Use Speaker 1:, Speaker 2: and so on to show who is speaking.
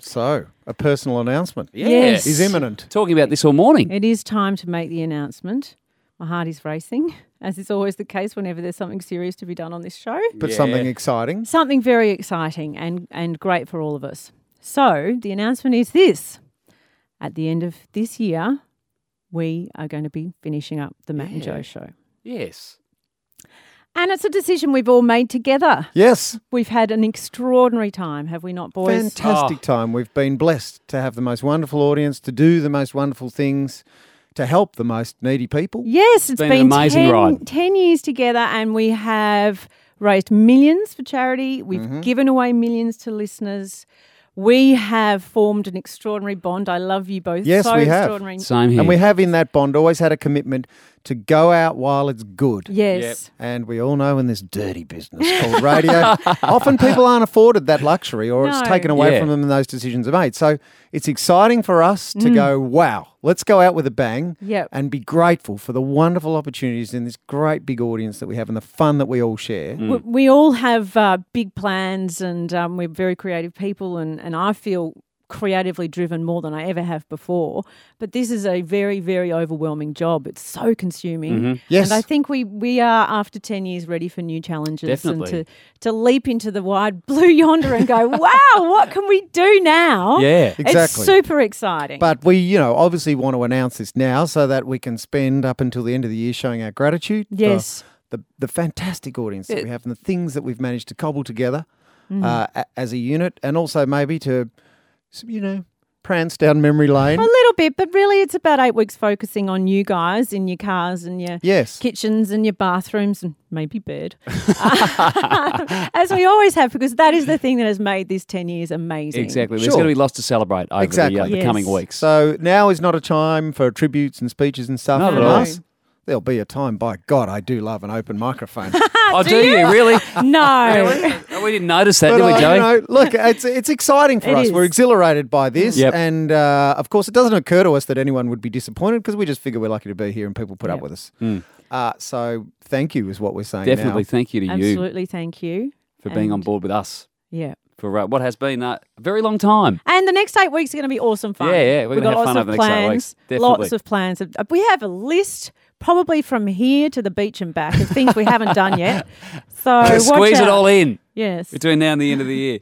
Speaker 1: So, a personal announcement
Speaker 2: Yeah.
Speaker 3: Yes.
Speaker 1: is imminent.
Speaker 3: Talking about this all morning.
Speaker 2: It is time to make the announcement. My heart is racing, as is always the case whenever there's something serious to be done on this show.
Speaker 1: But
Speaker 3: Yeah.
Speaker 1: something exciting.
Speaker 2: Something very exciting and, and great for all of us. So, the announcement is this at the end of this year, we are going to be finishing up the Matt and
Speaker 3: Yeah.
Speaker 2: Joe show.
Speaker 3: Yes.
Speaker 2: And it's a decision we've all made together.
Speaker 1: Yes,
Speaker 2: We've had an extraordinary time, have we not, boys?
Speaker 1: fantastic time. We've been blessed to have the most wonderful audience, to do the most wonderful things, to help the most needy people.
Speaker 2: Yes, it's
Speaker 3: been
Speaker 2: been,
Speaker 3: an amazing
Speaker 2: 10,
Speaker 3: ride.
Speaker 2: 10 years together, and we have raised millions for charity. We've
Speaker 1: Mm-hmm.
Speaker 2: given away millions to listeners. We have formed an extraordinary bond. I love you both.
Speaker 1: Yes,
Speaker 2: so
Speaker 1: we have.
Speaker 2: extraordinary.
Speaker 3: Same here.
Speaker 1: And we have in that bond always had a commitment to go out while it's good.
Speaker 2: Yes.
Speaker 1: And we all know in this dirty business called radio, often people aren't afforded that luxury or it's
Speaker 2: No.
Speaker 1: taken away
Speaker 3: Yeah.
Speaker 1: from them and those decisions are made. So it's exciting for us to go, wow, let's go out with a bang
Speaker 2: Mm. Yep.
Speaker 1: and be grateful for the wonderful opportunities in this great big audience that we have and the fun that we all share.
Speaker 3: Mm.
Speaker 2: We, we all have uh, big plans, and um, we're very creative people, and, and I feel creatively driven more than I ever have before. But this is a very, very overwhelming job. It's so consuming.
Speaker 3: Mm-hmm.
Speaker 1: Yes.
Speaker 2: And I think we, we are, after 10 years, ready for new challenges
Speaker 3: Definitely.
Speaker 2: and to, to leap into the wide blue yonder and go, wow, what can we do now?
Speaker 3: Yeah.
Speaker 1: Exactly.
Speaker 2: It's super exciting.
Speaker 1: But uh, we, you know, obviously want to announce this now so that we can spend up until the end of the year showing our gratitude. for
Speaker 2: Yes.
Speaker 1: The, the fantastic audience that we have and the things that we've managed to cobble together
Speaker 2: Mm-hmm.
Speaker 1: uh, a- as a unit, and also maybe to, s- you know, prance down memory lane.
Speaker 2: a little bit, but really it's about eight weeks focusing on you guys in your cars and your
Speaker 1: Yes.
Speaker 2: kitchens and your bathrooms and maybe bed, as we always have, because that is the thing that has made these 10 years amazing.
Speaker 3: Exactly. There's
Speaker 1: Sure.
Speaker 3: going to be lots to celebrate over the, uh,
Speaker 1: Exactly.
Speaker 3: the coming
Speaker 2: Yes.
Speaker 3: weeks.
Speaker 1: So now is not a time for tributes and speeches and stuff
Speaker 3: Not
Speaker 1: from
Speaker 3: at all.
Speaker 1: us. There'll be a time, by God, I do love an open microphone.
Speaker 2: Ah,
Speaker 3: oh, do, you, really?
Speaker 2: No.
Speaker 3: Oh, we didn't notice that,
Speaker 1: But
Speaker 3: did we,
Speaker 1: I-
Speaker 3: Joey?
Speaker 1: you know, look, it's it's exciting for
Speaker 2: It
Speaker 1: us.
Speaker 2: is.
Speaker 1: We're exhilarated by this,
Speaker 3: Yep.
Speaker 1: and uh, of course, it doesn't occur to us that anyone would be disappointed because we just figure we're lucky to be here and people put up
Speaker 2: Yep.
Speaker 1: with us. Uh, so, thank you is what we're saying.
Speaker 3: Hmm. Definitely.
Speaker 1: now.
Speaker 3: Thank you to you
Speaker 2: Absolutely. Thank you.
Speaker 3: for being on
Speaker 2: And-
Speaker 3: board with us
Speaker 2: Yeah.
Speaker 3: for uh, what has been uh, a very long time.
Speaker 2: And the next eight weeks are going to be awesome fun.
Speaker 3: Yeah, yeah, we're
Speaker 2: We've
Speaker 3: gonna have
Speaker 2: got lots
Speaker 3: fun
Speaker 2: of
Speaker 3: over the next eight
Speaker 2: plans.
Speaker 3: weeks,
Speaker 2: Lots
Speaker 3: definitely.
Speaker 2: of plans. We have a list, probably from here to the beach and back, of things we haven't done yet. So watch
Speaker 3: Squeeze it
Speaker 2: out.
Speaker 3: all in
Speaker 2: Yes.
Speaker 3: between now and the end of the year.